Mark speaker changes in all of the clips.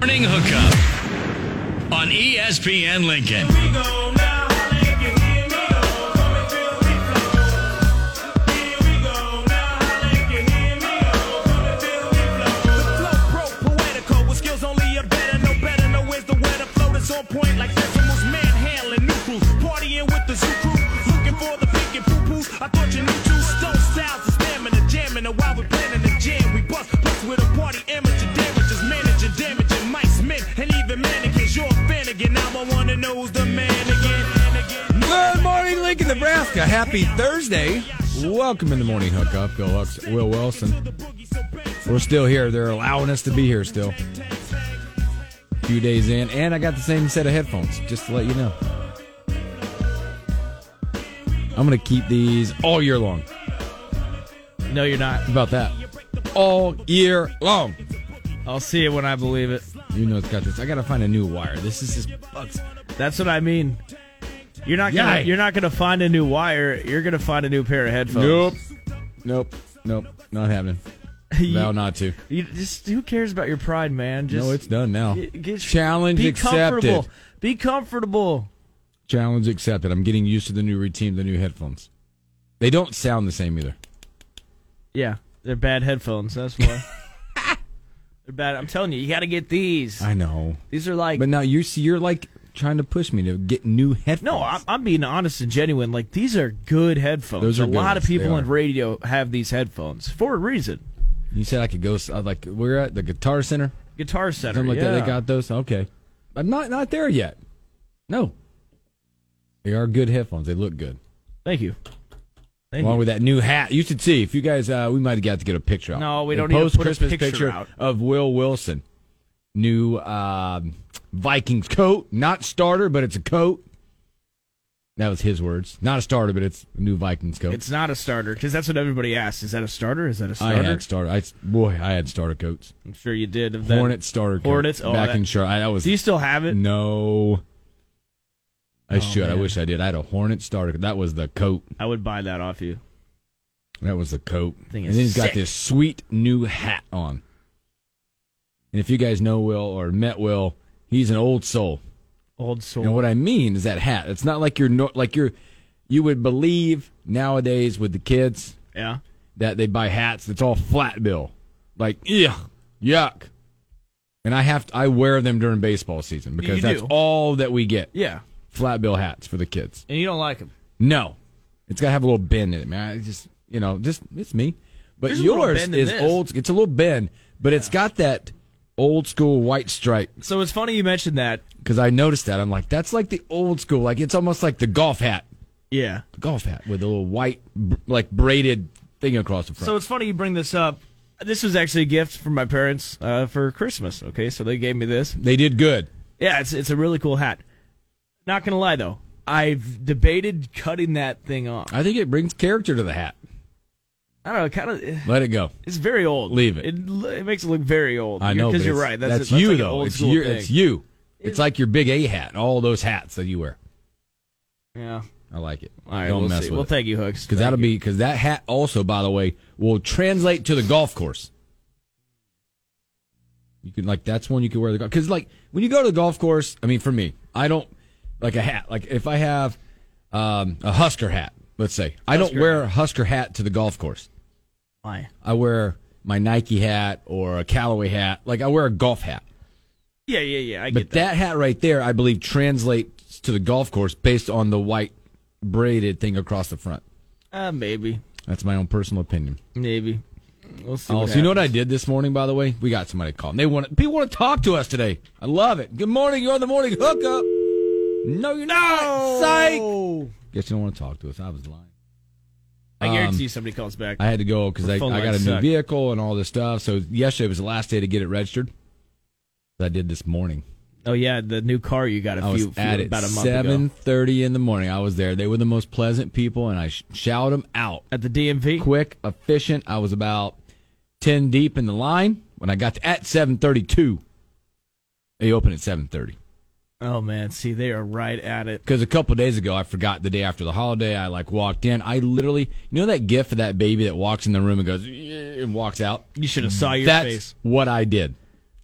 Speaker 1: Morning Hookup on E ESPN Lincoln.
Speaker 2: oh, On point like decimals, manhandling new crews, partying with the zoo crew, looking for the pink and poo poos. I thought you knew two stone styles is stamina, jamming, and while we're planning the jam, we bust plus with a party amateur damages, managing damaging mice, men, and even mannequins. You're a fan again, now I wanna know who's the man again.
Speaker 3: Good morning, Lincoln, Nebraska. Happy Thursday. Welcome in the morning hookup. Bill Hucks, Will Wilson. We're still here. They're allowing us to be here still. Few days in, and I got the same set of headphones. Just to let you know, I'm gonna keep these all year long.
Speaker 4: No, you're not.
Speaker 3: How about that? All year long.
Speaker 4: I'll see it when I believe it.
Speaker 3: You know it's got this. I gotta find a new wire. This is just bugs.
Speaker 4: That's what I mean. You're not gonna.
Speaker 3: Yikes.
Speaker 4: You're not gonna find a new wire. You're gonna find a new pair of headphones.
Speaker 3: Nope. Nope. Nope. Not happening.
Speaker 4: You-
Speaker 3: Vow not to.
Speaker 4: You just who cares about your pride, man? Just
Speaker 3: No, it's done now.
Speaker 4: get- get-
Speaker 3: Challenge
Speaker 4: be
Speaker 3: accepted.
Speaker 4: Comfortable. Be comfortable.
Speaker 3: Challenge accepted. I'm getting used to the new routine, the new headphones. They don't sound the same either.
Speaker 4: Yeah, they're bad headphones. That's why. they're bad. I'm telling you, you got to get these.
Speaker 3: I know.
Speaker 4: these are like
Speaker 3: But now you see, you're like trying to push me to get new headphones.
Speaker 4: no. I'm, I'm being honest and genuine. Like these are good headphones.
Speaker 3: Those are
Speaker 4: a
Speaker 3: good
Speaker 4: lot
Speaker 3: ones.
Speaker 4: of people
Speaker 3: They
Speaker 4: in
Speaker 3: are.
Speaker 4: radio have these headphones for a reason.
Speaker 3: you said I could go. s- I like we're at the guitar center.
Speaker 4: Guitar Center.
Speaker 3: Something like
Speaker 4: yeah.
Speaker 3: that. They got those. Okay, I'm not not there yet. No, they are good headphones. They look good.
Speaker 4: Thank you. Thank
Speaker 3: Along
Speaker 4: you.
Speaker 3: with that new hat, you should see if you guys. Uh, we might have got to get a picture out.
Speaker 4: No, we
Speaker 3: They
Speaker 4: don't need to
Speaker 3: post
Speaker 4: put a
Speaker 3: Christmas
Speaker 4: picture out.
Speaker 3: of Will Wilson, new um, Vikings coat, not starter, but it's a coat. That was his words. Not a starter, but it's a new Vikings coat.
Speaker 4: It's not a starter because that's what everybody asks. Is that a starter? Is that a
Speaker 3: I
Speaker 4: starter?
Speaker 3: had starter. I boy, I had starter coats.
Speaker 4: I'm sure you did. Of that-
Speaker 3: Hornet starter coat.
Speaker 4: Hornets. Oh,
Speaker 3: back
Speaker 4: that-
Speaker 3: in Charlotte. I was
Speaker 4: Do you still have it?
Speaker 3: no. I
Speaker 4: Oh,
Speaker 3: should. I
Speaker 4: man.
Speaker 3: wish I did. I had a Hornet starter. That was the coat.
Speaker 4: I would buy that off you.
Speaker 3: That was the coat.
Speaker 4: Thing
Speaker 3: and
Speaker 4: is
Speaker 3: then he's got
Speaker 4: sick.
Speaker 3: this sweet new hat on. And if you guys know Will or met Will, he's an old soul.
Speaker 4: Old soul.
Speaker 3: And what I mean is that hat. It's not like you're no, like you're you would believe nowadays with the kids
Speaker 4: yeah.
Speaker 3: that they buy hats that's all flat bill. Like, yeah, yuck. And I have to, I wear them during baseball season because
Speaker 4: You
Speaker 3: that's
Speaker 4: do.
Speaker 3: all that we get.
Speaker 4: Yeah.
Speaker 3: Flat bill hats for the kids.
Speaker 4: And you don't like him.
Speaker 3: No, it's got to have a little bend in it, man. I just you know, just it's me. But
Speaker 4: There's a little
Speaker 3: yours
Speaker 4: bend in
Speaker 3: is
Speaker 4: this.
Speaker 3: old. It's a little bend, but it's got that old school white stripe.
Speaker 4: So it's funny you mentioned that.
Speaker 3: Because I noticed that I'm like, that's like the old school. Like it's almost like the golf hat,
Speaker 4: Yeah.
Speaker 3: the golf hat with a little white br- like braided thing across the front.
Speaker 4: So it's funny you bring this up. This was actually a gift from my parents uh, for Christmas. Okay, so they gave me this.
Speaker 3: they did good.
Speaker 4: Yeah, it's it's a really cool hat. Not gonna lie though, I've debated cutting that thing off.
Speaker 3: I think it brings character to the hat.
Speaker 4: I don't know, kind of.
Speaker 3: Let it go.
Speaker 4: It's very old.
Speaker 3: Leave it.
Speaker 4: It, l- it makes it look very old.
Speaker 3: I know
Speaker 4: because
Speaker 3: but
Speaker 4: you're
Speaker 3: it's-
Speaker 4: right. That's,
Speaker 3: that's
Speaker 4: it. That's
Speaker 3: you
Speaker 4: like an
Speaker 3: though.
Speaker 4: Old
Speaker 3: it's
Speaker 4: school
Speaker 3: you.
Speaker 4: thing.
Speaker 3: It's you. It's like your big A hat. All those hats that you wear.
Speaker 4: Yeah.
Speaker 3: I like it.
Speaker 4: All right,
Speaker 3: Don't
Speaker 4: we'll
Speaker 3: mess
Speaker 4: see.
Speaker 3: with
Speaker 4: well,
Speaker 3: it.
Speaker 4: thank you, Hooks.
Speaker 3: Because
Speaker 4: Thank
Speaker 3: that'll
Speaker 4: you.
Speaker 3: be because that hat also, by the way, will translate to the golf course. You can like that's one you can wear the golf because like when you go to the golf course, I mean for me, I don't like a hat. Like if I have um, a Husker hat, let's say, I don't
Speaker 4: Husker
Speaker 3: wear a Husker hat to the golf course.
Speaker 4: why.
Speaker 3: I wear my Nike hat or a Callaway hat. Like I wear a golf hat,
Speaker 4: Yeah, yeah, yeah. I
Speaker 3: but
Speaker 4: get that.
Speaker 3: that hat right there, I believe, translates to the golf course based on the white braided thing across the front.
Speaker 4: Uh, maybe,
Speaker 3: That's my own personal opinion.
Speaker 4: maybe. We'll see.
Speaker 3: Oh, so you know what I did this morning, by the way? We got somebody calling. They want people want to talk to us today. I love it. Good morning. You're on the morning hookup. No, you're not. Psych.
Speaker 4: Oh,
Speaker 3: Guess you don't want to talk to us. I was lying.
Speaker 4: I guarantee
Speaker 3: Um,
Speaker 4: you somebody calls back.
Speaker 3: I had to go because
Speaker 4: Her
Speaker 3: I, I
Speaker 4: phone
Speaker 3: got a
Speaker 4: lines
Speaker 3: new
Speaker 4: suck.
Speaker 3: vehicle and all this stuff. So yesterday was the last day to get it registered. I did this morning.
Speaker 4: Oh yeah, the new car you got a
Speaker 3: I was
Speaker 4: few, few-
Speaker 3: at it
Speaker 4: about a month
Speaker 3: seven
Speaker 4: ago
Speaker 3: thirty in the morning. I was there. They were the most pleasant people, and I sh- shouted them out.
Speaker 4: at the DMV.
Speaker 3: Quick, efficient. I was about ten deep in the line when I got to, at seven thirty-two. They open at seven thirty.
Speaker 4: Oh man, see they are right at it.
Speaker 3: Because a couple days ago, I forgot the day after the holiday. I like walked in. I literally, you know, that gif of that baby that walks in the room and goes "Yeah," and walks out.
Speaker 4: You should have saw your
Speaker 3: That's
Speaker 4: face.
Speaker 3: what I did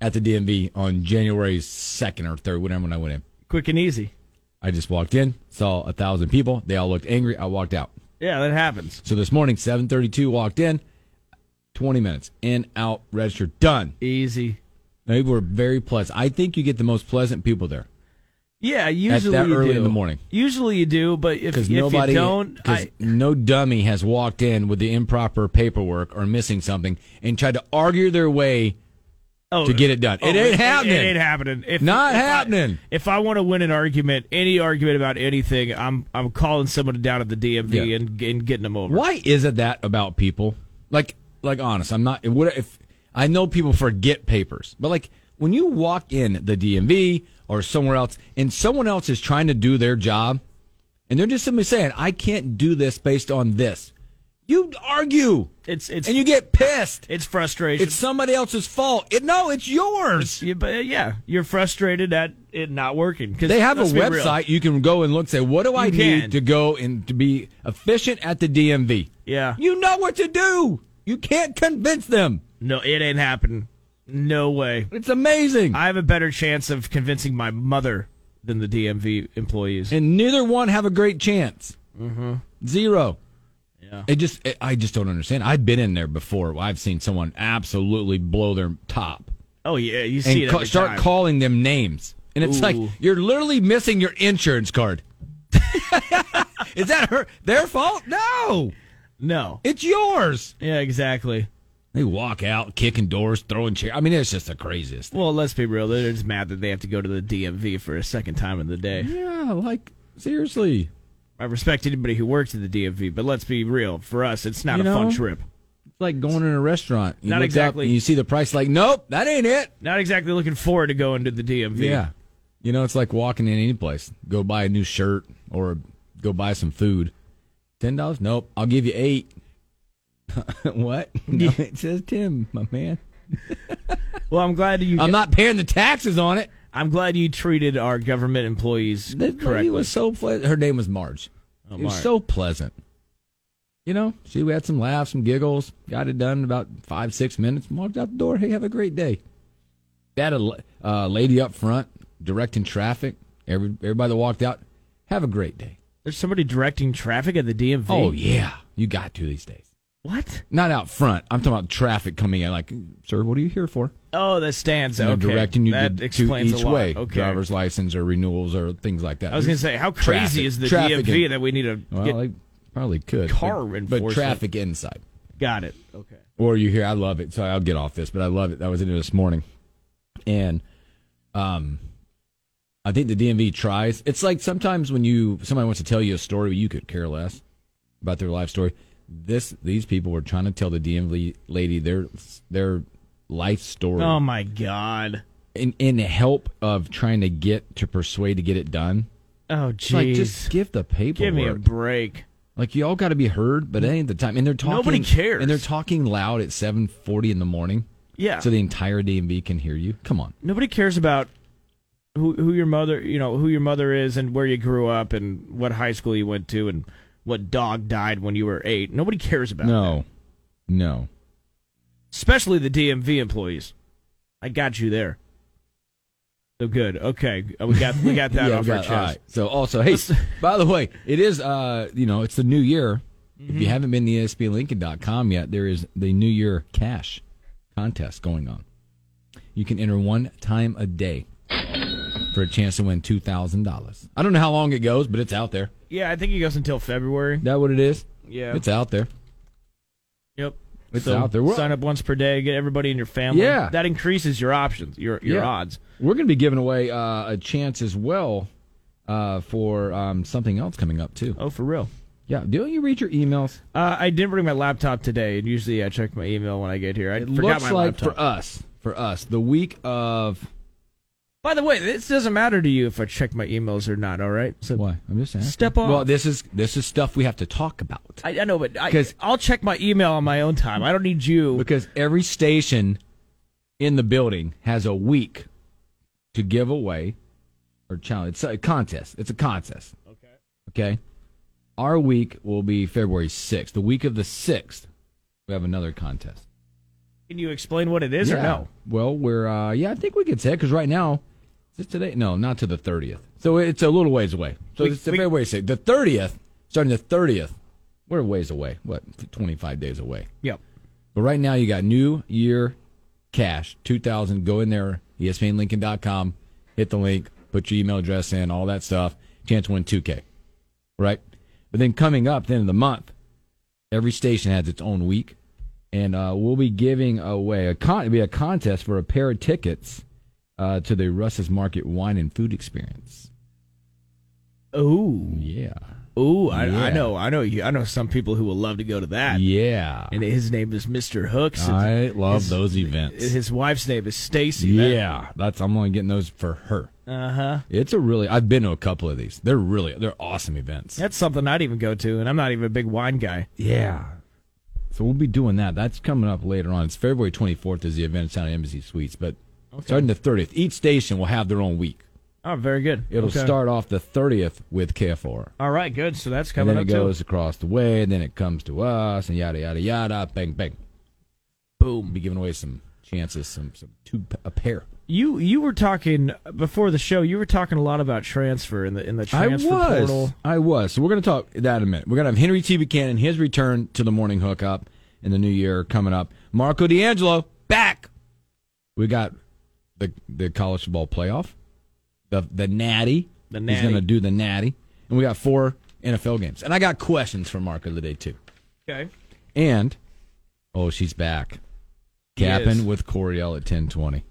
Speaker 3: at the DMV on January second or third, whatever when I went in.
Speaker 4: Quick and easy.
Speaker 3: I just walked in, saw a thousand people. They all looked angry. I walked out.
Speaker 4: Yeah, that happens.
Speaker 3: So this morning, seven thirty-two, walked in, twenty minutes in, out, registered, done.
Speaker 4: Easy.
Speaker 3: They were very pleasant. I think you get the most pleasant people there
Speaker 4: Yeah, usually
Speaker 3: that
Speaker 4: you
Speaker 3: early
Speaker 4: do.
Speaker 3: in the morning.
Speaker 4: Usually you do, but if, if
Speaker 3: because nobody,
Speaker 4: you don't,
Speaker 3: because
Speaker 4: I,
Speaker 3: no dummy has walked in with the improper paperwork or missing something and tried to argue their way.
Speaker 4: oh,
Speaker 3: to get it done.
Speaker 4: oh,
Speaker 3: It ain't happening.
Speaker 4: It ain't happening. If,
Speaker 3: Not
Speaker 4: if I-
Speaker 3: happening.
Speaker 4: if I want to win an argument, any argument about anything, I'm I'm calling someone down at the DMV
Speaker 3: Yeah.
Speaker 4: and, and getting them over.
Speaker 3: Why is it that about people? Like, like honest, I'm not. What if I know people forget papers, but like when you walk in the DMV or somewhere else, and someone else is trying to do their job, and they're just simply saying, "I can't do this based on this," you argue
Speaker 4: It's it's
Speaker 3: and you get pissed.
Speaker 4: it's frustration.
Speaker 3: It's somebody else's fault. It, no, it's yours.
Speaker 4: yeah, but uh, yeah, you're frustrated at it not working because
Speaker 3: They have a website you can go and look. Say, what do I
Speaker 4: You
Speaker 3: need
Speaker 4: can.
Speaker 3: to go and to be efficient at the DMV?
Speaker 4: Yeah,
Speaker 3: You know what to do. You can't convince them.
Speaker 4: no, it ain't happening. No way.
Speaker 3: It's amazing.
Speaker 4: I have a better chance of convincing my mother than the DMV employees.
Speaker 3: and neither one have a great chance. Mm-hmm. Zero.
Speaker 4: Yeah.
Speaker 3: It just, it, I just don't understand. I've been in there before. I've seen someone absolutely blow their top
Speaker 4: oh yeah, you see
Speaker 3: and
Speaker 4: it
Speaker 3: ca-
Speaker 4: every
Speaker 3: start
Speaker 4: time.
Speaker 3: calling them names, and it's like
Speaker 4: Ooh.
Speaker 3: you're literally missing your insurance card. Is that her their fault? No,
Speaker 4: no.
Speaker 3: it's yours.
Speaker 4: Yeah, exactly.
Speaker 3: They walk out, kicking doors, throwing chairs. I mean, it's just the craziest.
Speaker 4: Well, let's be real. They're just mad that they have to go to the DMV for a second time in the day.
Speaker 3: Yeah, like seriously,
Speaker 4: I respect anybody who works at the DMV, but let's be real. For us, it's not
Speaker 3: You
Speaker 4: a fun
Speaker 3: know?
Speaker 4: trip.
Speaker 3: it's like going in a restaurant. You
Speaker 4: Not
Speaker 3: look up
Speaker 4: exactly.
Speaker 3: and you see the price, like, nope, that ain't it.
Speaker 4: Not exactly looking forward to going to the DMV.
Speaker 3: you know, it's like walking in any place. Go buy a new shirt or go buy some food. Ten dollars? Nope. I'll give you eight. what? No, it says ten, my man.
Speaker 4: Well, I'm glad you.
Speaker 3: I'm not paying the taxes on it.
Speaker 4: I'm glad you treated our government employees
Speaker 3: That lady
Speaker 4: correctly.
Speaker 3: was so pleasant. Her name was Marge.
Speaker 4: Oh,
Speaker 3: It was
Speaker 4: Marge.
Speaker 3: so pleasant. You know, she we had some laughs, some giggles, got it done in about five, six minutes, walked out the door. Hey, have a great day. That a uh, lady up front directing traffic. Every, everybody that walked out, have a great day.
Speaker 4: There's somebody directing traffic at the DMV.
Speaker 3: Oh yeah, you got to these days.
Speaker 4: What?
Speaker 3: Not out front. I'm talking about traffic coming in. Like, sir, what are you here for?
Speaker 4: Oh, that stands
Speaker 3: They're
Speaker 4: out. Okay.
Speaker 3: directing you
Speaker 4: that
Speaker 3: to, to
Speaker 4: explains
Speaker 3: each
Speaker 4: a lot.
Speaker 3: way,
Speaker 4: Okay.
Speaker 3: driver's license or renewals or things like that.
Speaker 4: I was gonna say, how crazy
Speaker 3: Traffic.
Speaker 4: is the
Speaker 3: Traffic
Speaker 4: DMV
Speaker 3: and-
Speaker 4: that we need to
Speaker 3: Well,
Speaker 4: get?
Speaker 3: they probably could.
Speaker 4: car
Speaker 3: but, but
Speaker 4: enforcement.
Speaker 3: traffic inside.
Speaker 4: Got it.
Speaker 3: Oh,
Speaker 4: Okay.
Speaker 3: Or you hear, I love it. So I'll get off this, but I love it. I was in it this morning, and um, I think the DMV tries. It's like sometimes when you somebody wants to tell you a story, but you could care less about their life story. This these people were trying to tell the DMV lady their their life story
Speaker 4: Oh my god.
Speaker 3: in in help of trying to get to persuade to get it done.
Speaker 4: Oh
Speaker 3: It's Like
Speaker 4: jeez.
Speaker 3: just give the paperwork.
Speaker 4: Give me a break.
Speaker 3: Like you all got to be heard, but that ain't the time. And they're talking.
Speaker 4: Nobody cares.
Speaker 3: And they're talking loud at seven forty in the morning,
Speaker 4: Yeah.
Speaker 3: so the entire DMV can hear you. Come on,
Speaker 4: Nobody cares about who who your mother, you know, who your mother is and where you grew up and what high school you went to and what dog died when you were 8. Nobody cares about that.
Speaker 3: no, no.
Speaker 4: Especially the DMV employees. I got you there. So good. Okay. Uh, We got we got that
Speaker 3: Yeah,
Speaker 4: off
Speaker 3: we
Speaker 4: our
Speaker 3: got-
Speaker 4: chest.
Speaker 3: all right. So also, hey, by the way, it is uh, you know, it's the new year. If you
Speaker 4: Mm-hmm.
Speaker 3: haven't been to E ESPNLincoln.com yet, there is the New Year cash contest going on. You can enter one time a day for a chance to win two thousand dollars. I don't know how long it goes, but it's out there.
Speaker 4: Yeah, I think it goes until February.
Speaker 3: Is that what it is?
Speaker 4: Yeah.
Speaker 3: It's out there.
Speaker 4: Yep.
Speaker 3: It's
Speaker 4: So
Speaker 3: out there. We're-
Speaker 4: sign up once per day. Get everybody in your family.
Speaker 3: Yeah.
Speaker 4: That increases your options, your your
Speaker 3: Yeah.
Speaker 4: odds.
Speaker 3: We're going to be giving away uh, a chance as well uh, for um, something else coming up too.
Speaker 4: Oh, for real.
Speaker 3: Yeah, don't you read your emails?
Speaker 4: Uh, I didn't bring my laptop today, and usually I check my email when I get here. I
Speaker 3: It
Speaker 4: forgot
Speaker 3: looks
Speaker 4: my
Speaker 3: like
Speaker 4: laptop.
Speaker 3: for us, for us, the week of
Speaker 4: By the way, this doesn't matter to you if I check my emails or not. All right. So
Speaker 3: Why? I'm just saying.
Speaker 4: Step off.
Speaker 3: Well, this is this is stuff we have to talk about
Speaker 4: I, I know, but I,
Speaker 3: 'Cause-
Speaker 4: I'll check my email on my own time. I don't need you.
Speaker 3: because every station in the building has a week to give away or challenge. It's a contest. It's a contest. Okay. Okay. Our week will be February 6th. The week of the 6th, we have another contest.
Speaker 4: Can you explain what it is or
Speaker 3: Yeah.
Speaker 4: no?
Speaker 3: Well, we're uh, yeah, I think we could say because right now, is it today? No, not to the thirtieth. So it's a little ways away. So
Speaker 4: We-
Speaker 3: it's the
Speaker 4: we-
Speaker 3: February sixth, the thirtieth, starting the thirtieth. We're a ways away. What twenty five days away?
Speaker 4: Yep.
Speaker 3: But right now, you got New Year Cash 2000. Go in there, E ESPNLincoln.com, hit the link, put your email address in, all that stuff. Chance to win 2K, right? But then coming up, the end of the month, every station has its own week, and uh, we'll be giving away a con- it'll be a contest for a pair of tickets uh, to the Russ's Market Wine and Food Experience.
Speaker 4: Ooh.
Speaker 3: Yeah,
Speaker 4: Ooh. I,
Speaker 3: Yeah.
Speaker 4: I know. I know you. I know some people who will love to go to that.
Speaker 3: yeah.
Speaker 4: And his name is Mr. Hooks. and
Speaker 3: I love
Speaker 4: his-
Speaker 3: those events.
Speaker 4: His wife's name is Stacy.
Speaker 3: yeah, that's I'm only getting those for her.
Speaker 4: Uh huh.
Speaker 3: It's a really. I've been to a couple of these. They're really. They're awesome events.
Speaker 4: That's something I'd even go to, and I'm not even a big wine guy.
Speaker 3: Yeah. So we'll be doing that. That's coming up later on. It's February 24th is the event at Sound Embassy Suites, but starting the 30th, each station will have their own week.
Speaker 4: Oh, very good.
Speaker 3: It'll
Speaker 4: Okay.
Speaker 3: start off the 30th with KFR.
Speaker 4: All right, good. So that's
Speaker 3: And
Speaker 4: coming
Speaker 3: then
Speaker 4: up
Speaker 3: it goes across the way, and then it comes to us, and yada yada yada, bang bang. Boom. Be giving away some chances, some some two a pair.
Speaker 4: too. You you were talking before the show. You were talking a lot about transfer in the in the transfer portal.
Speaker 3: I was. So we're going to talk that in a minute. We're going to have Henry T. Buchanan, his return to the morning hookup in the new year coming up. Marco D'Angelo back. We got the the college football playoff, the the Natty.
Speaker 4: The
Speaker 3: He's
Speaker 4: natty.
Speaker 3: going to do the Natty, and we got four NFL games. And I got questions for Marco today too.
Speaker 4: Okay.
Speaker 3: And oh, she's back,
Speaker 4: Yes.
Speaker 3: capping with Coriel at ten twenty.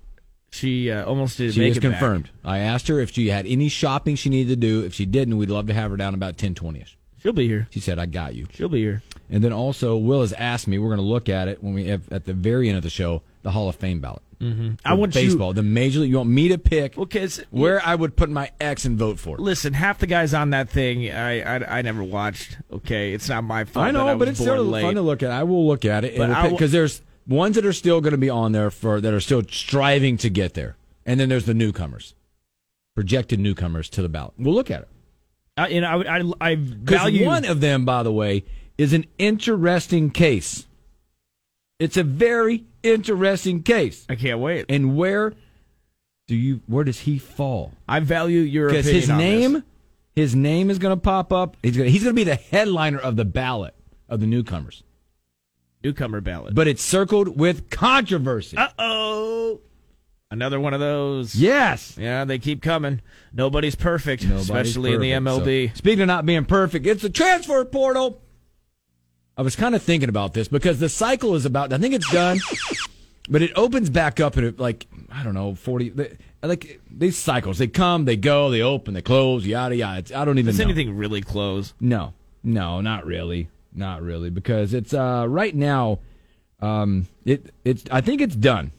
Speaker 4: She uh, almost did.
Speaker 3: She
Speaker 4: make
Speaker 3: is
Speaker 4: it back.
Speaker 3: confirmed. I asked her if she had any shopping she needed to do. If she didn't, we'd love to have her down about ten twenty ish.
Speaker 4: She'll be here.
Speaker 3: She said, "I got you."
Speaker 4: She'll be here.
Speaker 3: And then also, Will has asked me. We're going to look at it when we have, at the very end of the show the Hall of Fame ballot. Mm-hmm.
Speaker 4: I want you-
Speaker 3: baseball, the major league. You want me to pick
Speaker 4: Well, because
Speaker 3: where I would put my ex and vote for?
Speaker 4: listen, half the guys on that thing, I I, I never watched. Okay, it's not my fault.
Speaker 3: I know,
Speaker 4: that I
Speaker 3: but
Speaker 4: was
Speaker 3: it's
Speaker 4: born
Speaker 3: still
Speaker 4: late.
Speaker 3: fun to look at. I will look at it
Speaker 4: But
Speaker 3: because
Speaker 4: I will-
Speaker 3: there's ones that are still going to be on there for that are still striving to get there, and then there's the newcomers, projected newcomers to the ballot. We'll look at it.
Speaker 4: I, you know, I I, I
Speaker 3: Because
Speaker 4: value
Speaker 3: one of them, by the way, is an interesting case. It's a very interesting case.
Speaker 4: I can't wait.
Speaker 3: And where do you? Where does he fall?
Speaker 4: I value your
Speaker 3: Because
Speaker 4: opinion
Speaker 3: his
Speaker 4: on this.
Speaker 3: name, his name is going to pop up. He's going. He's going to be the headliner of the ballot of the newcomers.
Speaker 4: newcomer ballot.
Speaker 3: But it's circled with controversy.
Speaker 4: Uh oh. Another one of those.
Speaker 3: yes.
Speaker 4: Yeah, they keep coming. Nobody's perfect,
Speaker 3: Nobody's
Speaker 4: especially in
Speaker 3: perfect,
Speaker 4: the MLB.
Speaker 3: so- speaking of not being perfect, it's the transfer portal. I was kind of thinking about this because the cycle is about. I think it's done, but it opens back up at uh, like I don't know forty. they- Like these cycles, they come, they go, they open, they close, yada yada. It's, I don't even
Speaker 4: Is
Speaker 3: know.
Speaker 4: anything really close?
Speaker 3: No, no, not really, not really, because it's uh, right now. Um, it it's I think it's done,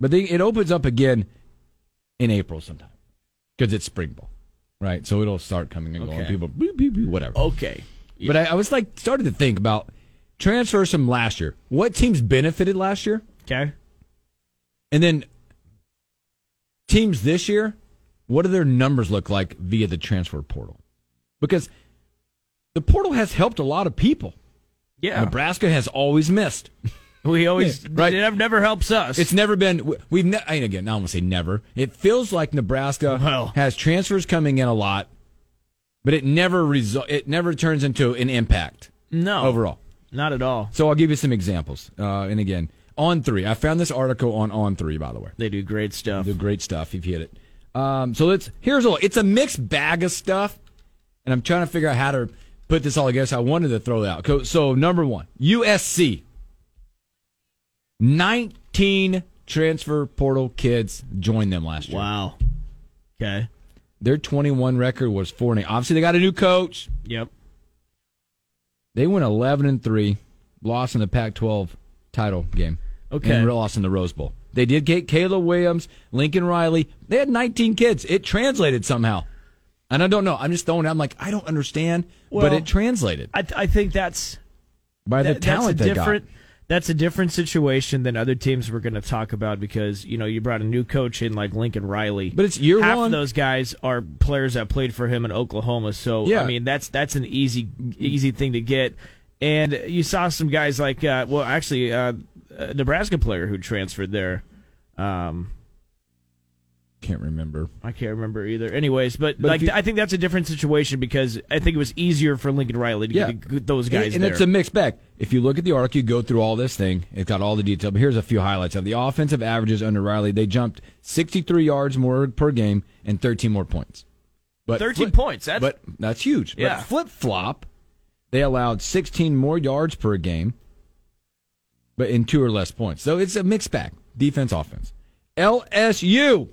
Speaker 3: but they, it opens up again in April sometime because it's spring ball, right? So it'll start coming and going.
Speaker 4: Okay. Oh,
Speaker 3: People, boop, boop, boop, whatever.
Speaker 4: Okay.
Speaker 3: But I, I was like started to think about transfers from last year. What teams benefited last year,
Speaker 4: Okay.
Speaker 3: and then teams this year. What do their numbers look like via the transfer portal? Because the portal has helped a lot of people.
Speaker 4: Yeah.
Speaker 3: Nebraska has always missed.
Speaker 4: we always
Speaker 3: Yeah, right.
Speaker 4: It never- never helps us.
Speaker 3: It's never been. We've ne- and again. I don't want to say never. It feels like Nebraska
Speaker 4: Well.
Speaker 3: has transfers coming in a lot, but it never result. It never turns into an impact
Speaker 4: no
Speaker 3: overall.
Speaker 4: Not at all.
Speaker 3: So I'll give you some examples. Uh, and again, on three. I found this article on on three. By the way,
Speaker 4: They do great stuff.
Speaker 3: the great stuff. You've hit it. Um, so let's. Here's a. It's a mixed bag of stuff, and I'm trying to figure out how to put this all together. So I wanted to throw that out. Co- So number one, USC. 19 transfer portal kids joined them last year.
Speaker 4: Wow. Okay.
Speaker 3: Their 21 record was 4 and 8. Obviously, they got a new coach.
Speaker 4: Yep.
Speaker 3: They went 11 and 3, lost in the Pac 12 title game,
Speaker 4: Okay.
Speaker 3: and lost in the Rose Bowl. They did get Caleb Williams, Lincoln Riley. They had 19 kids. It translated somehow. And I don't know. I'm just throwing it. I'm like, I don't understand, but
Speaker 4: Well,
Speaker 3: it translated
Speaker 4: I, I think that's
Speaker 3: by the
Speaker 4: that-
Speaker 3: talent
Speaker 4: that's a
Speaker 3: they
Speaker 4: different,
Speaker 3: got.
Speaker 4: That's a different situation than other teams we're going to talk about because you know you brought a new coach in like Lincoln Riley,
Speaker 3: But it's year
Speaker 4: half
Speaker 3: one.
Speaker 4: of those guys are players that played for him in Oklahoma. So
Speaker 3: Yeah.
Speaker 4: I mean that's that's an easy easy thing to get. And you saw some guys like uh, well actually uh, a Nebraska player who transferred there. Um,
Speaker 3: Can't remember.
Speaker 4: I can't remember either. Anyways, but,
Speaker 3: But if
Speaker 4: like
Speaker 3: you-
Speaker 4: I think that's a different situation because I think it was easier for Lincoln Riley to
Speaker 3: Yeah.
Speaker 4: get those guys
Speaker 3: And, and
Speaker 4: there.
Speaker 3: it's a mixed bag. If you look at the arc, you go through all this thing. It's got all the detail. But here's a few highlights of the offensive averages under Riley. They jumped 63 yards more per game and 13 more points. But
Speaker 4: 13
Speaker 3: flip-
Speaker 4: points, that's-
Speaker 3: but that's huge.
Speaker 4: Yeah.
Speaker 3: But flip flop, they allowed 16 more yards per game, but in two or less points. So it's a mixed bag. Defense, offense. LSU,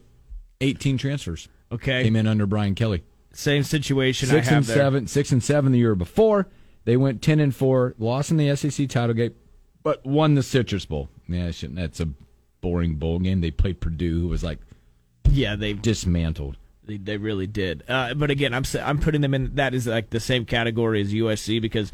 Speaker 3: 18 transfers
Speaker 4: okay,
Speaker 3: came in under Brian Kelly
Speaker 4: same situation.
Speaker 3: six
Speaker 4: I have
Speaker 3: and
Speaker 4: there.
Speaker 3: seven, six and seven the year before. They went ten and four, lost in the SEC title game, but won the Citrus Bowl. Yeah, I shouldn't, that's a boring bowl game. They played Purdue, who was like
Speaker 4: Yeah, they
Speaker 3: dismantled.
Speaker 4: they, they really did. Uh, but again, I'm s- I'm putting them in that is like the same category as USC because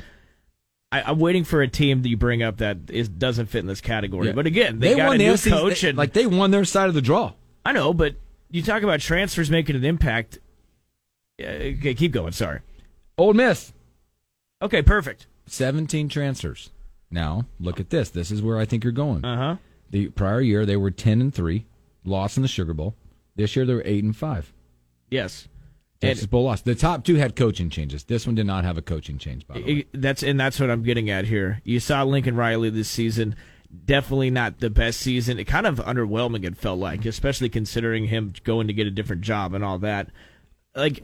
Speaker 4: I, I'm waiting for a team that you bring up that is doesn't fit in this category. But again, they, got a new
Speaker 3: SEC
Speaker 4: coach and
Speaker 3: like E they won their side of the draw.
Speaker 4: I know, but you talk about transfers making an impact. Uh, okay, keep going. Sorry.
Speaker 3: Old Miss,
Speaker 4: Okay, perfect.
Speaker 3: seventeen transfers. Now look at this. This is where I think you're going.
Speaker 4: Uh huh.
Speaker 3: The prior year they were ten and three, lost in the Sugar Bowl. This year they were eight and five.
Speaker 4: Yes.
Speaker 3: Texas Bowl lost. The top two had coaching changes. This one did not have a coaching change. By the way,
Speaker 4: It- that's and that's what I'm getting at here. You saw Lincoln Riley this season, definitely not the best season. It kind of underwhelming. It felt like, especially considering him going to get a different job and all that. Like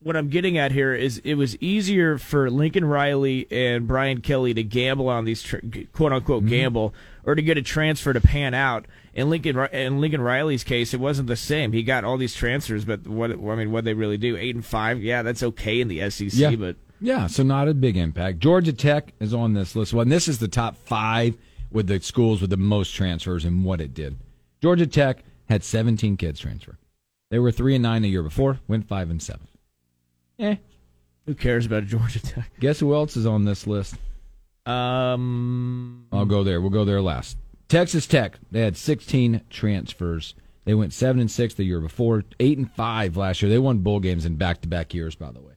Speaker 4: what I'm getting at here is it was easier for Lincoln Riley and Brian Kelly to gamble on these tr quote unquote
Speaker 3: Mm-hmm.
Speaker 4: gamble or to get a transfer to pan out. In Lincoln Ri- in Lincoln Riley's case, it wasn't the same. He got all these transfers, but what I mean, what they really do? Eight and five, yeah, that's okay in the SEC,
Speaker 3: Yeah.
Speaker 4: but.
Speaker 3: Yeah, so not a big impact. Georgia Tech is on this list. Well, and this is the top five with the schools with the most transfers and what it did. Georgia Tech had 17 kids transfer. They were three and nine the year before, went five and seven. Eh.
Speaker 4: Who cares about Georgia Tech?
Speaker 3: Guess who else is on this list?
Speaker 4: Um,
Speaker 3: I'll go there. We'll go there last. Texas Tech. They had 16 transfers. They went seven and six the year before, eight and five last year. They won bowl games in back to back years, by the way.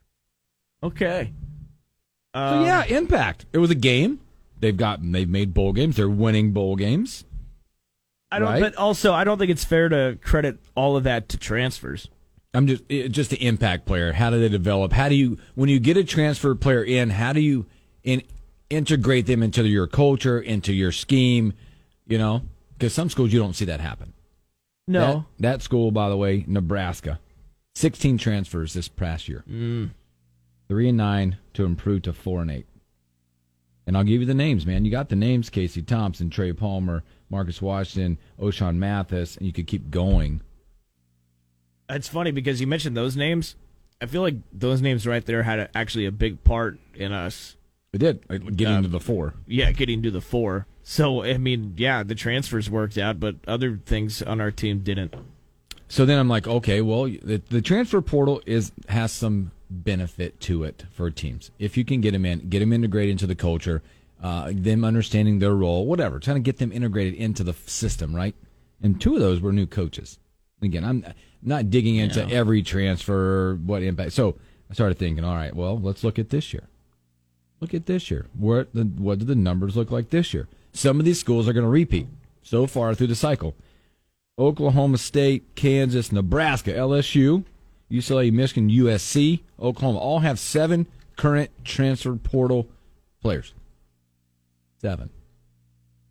Speaker 4: okay.
Speaker 3: So yeah, impact. It was a game. They've gotten they've made bowl games. They're winning bowl games.
Speaker 4: I don't.
Speaker 3: Right.
Speaker 4: But also, I don't think it's fair to credit all of that to transfers.
Speaker 3: I'm just it, just the impact player. How do they develop? How do you when you get a transfer player in? How do you in, integrate them into your culture, into your scheme? You know, because some schools you don't see that happen.
Speaker 4: No,
Speaker 3: that, that school, by the way, Nebraska, 16 transfers this past year. Three and nine to improve to four and eight. And I'll give you the names, man. You got the names: Casey Thompson, Trey Palmer, Marcus Washington, O'Shawn Mathis, and you could keep going.
Speaker 4: it's funny because you mentioned those names. I feel like those names right there had a, actually a big part in us.
Speaker 3: It did like, getting to the four.
Speaker 4: Yeah, getting to the four. So I mean, yeah, the transfers worked out, but other things on our team didn't.
Speaker 3: So then I'm like, okay, well, the, the transfer portal is has some benefit to it for teams. If you can get them in, get them integrated into the culture, uh, them understanding their role, whatever, trying to get them integrated into the f- system, right? And two of those were new coaches. And Again, I'm not digging into every transfer, what impact. So I started thinking, all right, well, let's look at this year. Look at this year. What the, what do the numbers look like this year? Some of these schools are going to repeat so far through the cycle. Oklahoma State, Kansas, Nebraska, LSU, UCLA, Michigan, USC, Oklahoma all have seven current transfer portal players. Seven.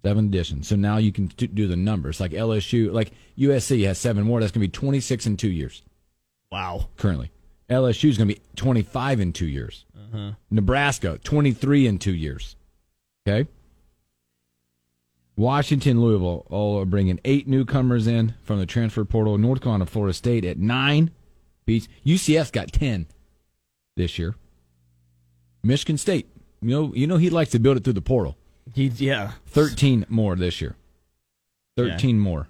Speaker 3: Seven additions. So now you can t- do the numbers. Like LSU, like USC has seven more. That's going to be 26 in two years
Speaker 4: Wow.
Speaker 3: currently. LSU is going to be 25 in two years. Nebraska, 23 in two years. Okay. Washington, Louisville, all are bringing eight newcomers in from the transfer portal. North Carolina, Florida State at nine. Beats UCF's got 10 this year. Michigan State, you know, you know he likes to build it through the portal.
Speaker 4: He yeah.
Speaker 3: 13 more this year. 13 more.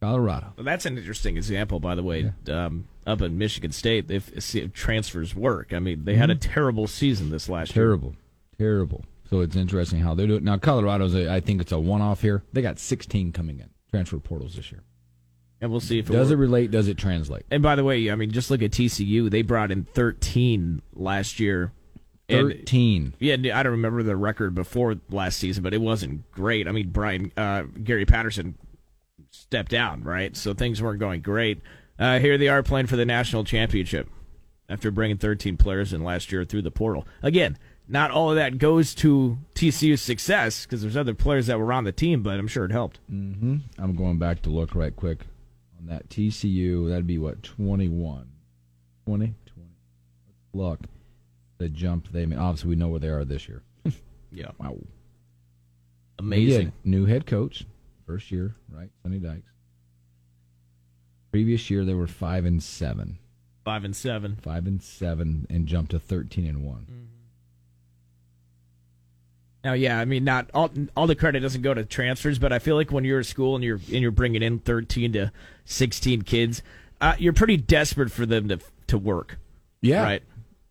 Speaker 3: Colorado.
Speaker 4: Well, that's an interesting example, by the way. Um, up in Michigan State, if, if transfers work, I mean, they had a terrible season this last year.
Speaker 3: Terrible, terrible. So it's interesting how they do it now. Colorado's, a, I think it's a one-off here. They got 16 coming in transfer portals this year.
Speaker 4: And we'll see if it
Speaker 3: Does it
Speaker 4: works.
Speaker 3: relate? Does it translate?
Speaker 4: and by the way, I mean, just look at TCU. They brought in 13 last year. And-
Speaker 3: 13.
Speaker 4: Yeah, I don't remember the record before last season, but it wasn't great. I mean, Brian uh, Gary Patterson stepped down, right? So things weren't going great. Uh, here they are playing for the national championship after bringing 13 players in last year through the portal. Again, not all of that goes to TCU's success because there's other players that were on the team, but I'm sure it helped.
Speaker 3: I'm going back to look right quick on that TCU. That'd be what 21, 20, 20. Let's look the jump they made. Obviously, we know where they are this year.
Speaker 4: Yeah,
Speaker 3: Wow,
Speaker 4: amazing.
Speaker 3: Again, new head coach, first year, right? Sonny Dykes. Previous year they were five and seven,
Speaker 4: Five and seven.
Speaker 3: five and seven, and jumped to thirteen and one.
Speaker 4: Now, yeah, I mean, not all all the credit doesn't go to transfers, but I feel like when you're at school and you're and you're bringing in 13 to 16 kids, uh, you're pretty desperate for them to to work,
Speaker 3: Yeah,
Speaker 4: right?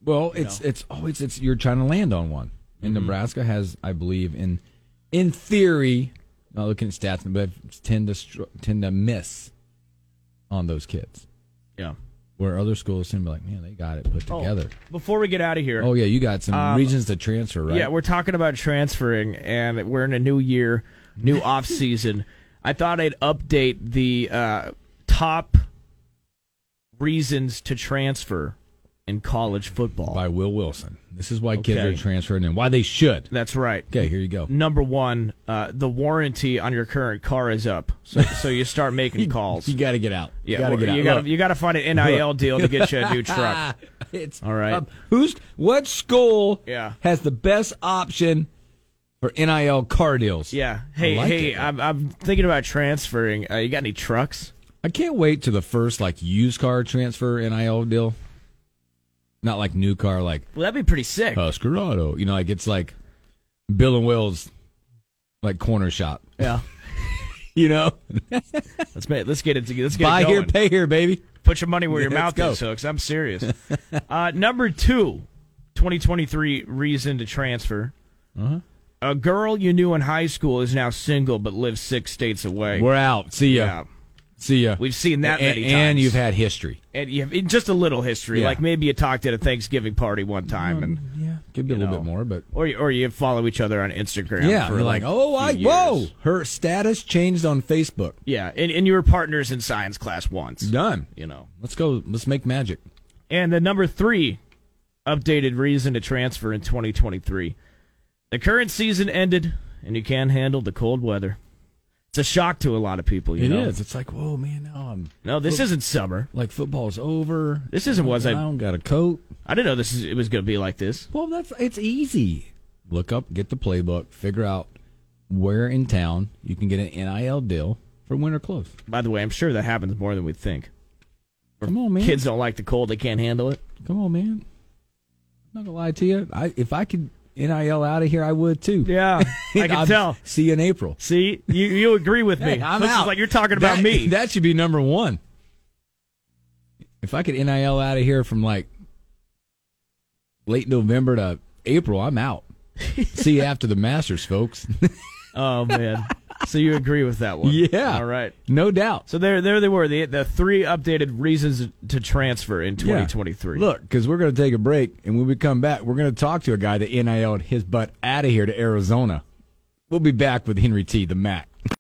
Speaker 3: Well, it's it's always it's you're trying to land on one. And
Speaker 4: Mm-hmm.
Speaker 3: Nebraska has, I believe, in in theory, not looking at stats, but tend to str- tend to miss on those kids,
Speaker 4: Yeah.
Speaker 3: where other schools seem to be like, man, they got it put together.
Speaker 4: Oh, Before we get out of here,
Speaker 3: Oh, yeah, you got some regions to transfer, right?
Speaker 4: Um, Yeah, we're talking about transferring, and we're in a new year, new off season. I thought I'd update the uh, top reasons to transfer in college football.
Speaker 3: by Will Wilson. This is why kids
Speaker 4: Okay.
Speaker 3: are transferring and why they should.
Speaker 4: That's right.
Speaker 3: Okay, here you go.
Speaker 4: Number one, uh, the warranty on your current car is up, so so you start making calls.
Speaker 3: You got to get out.
Speaker 4: Yeah,
Speaker 3: you got to
Speaker 4: well,
Speaker 3: get out.
Speaker 4: you gotta,
Speaker 3: Look,
Speaker 4: you gotta find an NIL deal to get you a new truck.
Speaker 3: it's
Speaker 4: All right.
Speaker 3: up. who's what school
Speaker 4: Yeah.
Speaker 3: has the best option for NIL car deals?
Speaker 4: Yeah. Hey,
Speaker 3: like
Speaker 4: hey,
Speaker 3: it.
Speaker 4: I'm, I'm thinking about transferring. Uh, you got any trucks?
Speaker 3: I can't wait to the first like used car transfer NIL deal. Not like new car, like
Speaker 4: Well, that'd be pretty sick.
Speaker 3: Husker Auto. You know, like it's like Bill and Will's like corner shop.
Speaker 4: yeah.
Speaker 3: You know,
Speaker 4: Let's make, let's get it. to- Let's get
Speaker 3: buy
Speaker 4: it
Speaker 3: here,
Speaker 4: going.
Speaker 3: pay here, baby.
Speaker 4: Put your money where your
Speaker 3: Let's
Speaker 4: mouth
Speaker 3: go.
Speaker 4: is, hooks. I'm serious. uh, number two, 2023 reason to transfer.
Speaker 3: Uh-huh.
Speaker 4: A girl you knew in high school is now single but lives six states away.
Speaker 3: We're out. See ya.
Speaker 4: yeah.
Speaker 3: See ya.
Speaker 4: We've seen that
Speaker 3: and,
Speaker 4: many
Speaker 3: and
Speaker 4: times.
Speaker 3: you've had history.
Speaker 4: and you have just a little history,
Speaker 3: Yeah.
Speaker 4: like maybe you talked at a Thanksgiving party one time, and
Speaker 3: Yeah, could be a
Speaker 4: You
Speaker 3: little
Speaker 4: know.
Speaker 3: bit more, but
Speaker 4: or you- or you follow each other on Instagram.
Speaker 3: yeah,
Speaker 4: for
Speaker 3: you're like,
Speaker 4: like,
Speaker 3: oh,
Speaker 4: a
Speaker 3: I
Speaker 4: few
Speaker 3: whoa,
Speaker 4: years.
Speaker 3: her status changed on Facebook.
Speaker 4: yeah, and, and you were partners in science class once.
Speaker 3: Done.
Speaker 4: You know,
Speaker 3: Let's go. Let's make magic.
Speaker 4: and the number three updated reason to transfer in 2023. The current season ended, and you can't handle the cold weather. It's a shock to a lot of people. You
Speaker 3: It is.
Speaker 4: know,
Speaker 3: It's like, whoa, man. Now I'm
Speaker 4: no, this isn't summer.
Speaker 3: like football's over.
Speaker 4: This isn't what
Speaker 3: I
Speaker 4: I-
Speaker 3: don't got a coat.
Speaker 4: I didn't know this is, it was going to be like this.
Speaker 3: Well, that's it's easy. Look up, get the playbook, figure out where in town you can get an NIL deal for winter clothes.
Speaker 4: By the way, I'm sure that happens more than we think.
Speaker 3: Come on, man.
Speaker 4: Kids don't like the cold; they can't handle it.
Speaker 3: Come on, man. I'm not gonna lie to you. I if I could NIL out of here, I would too.
Speaker 4: Yeah, I
Speaker 3: I'll
Speaker 4: can tell.
Speaker 3: See you in April.
Speaker 4: See, you you agree with me.
Speaker 3: Hey, I'm
Speaker 4: this is
Speaker 3: out.
Speaker 4: like you're talking about
Speaker 3: That-
Speaker 4: me.
Speaker 3: That should be number one. If I could NIL out of here from like late November to April, I'm out. See you after the Masters, folks.
Speaker 4: oh man. So you agree with that one?
Speaker 3: Yeah.
Speaker 4: All right.
Speaker 3: no doubt.
Speaker 4: So there there they were the the three updated reasons to transfer in 2023.
Speaker 3: Look, because we're going to take a break, and when we come back, we're going to talk to a guy that NIL'd his butt out of here to Arizona. We'll be back with Henry T. The Mac.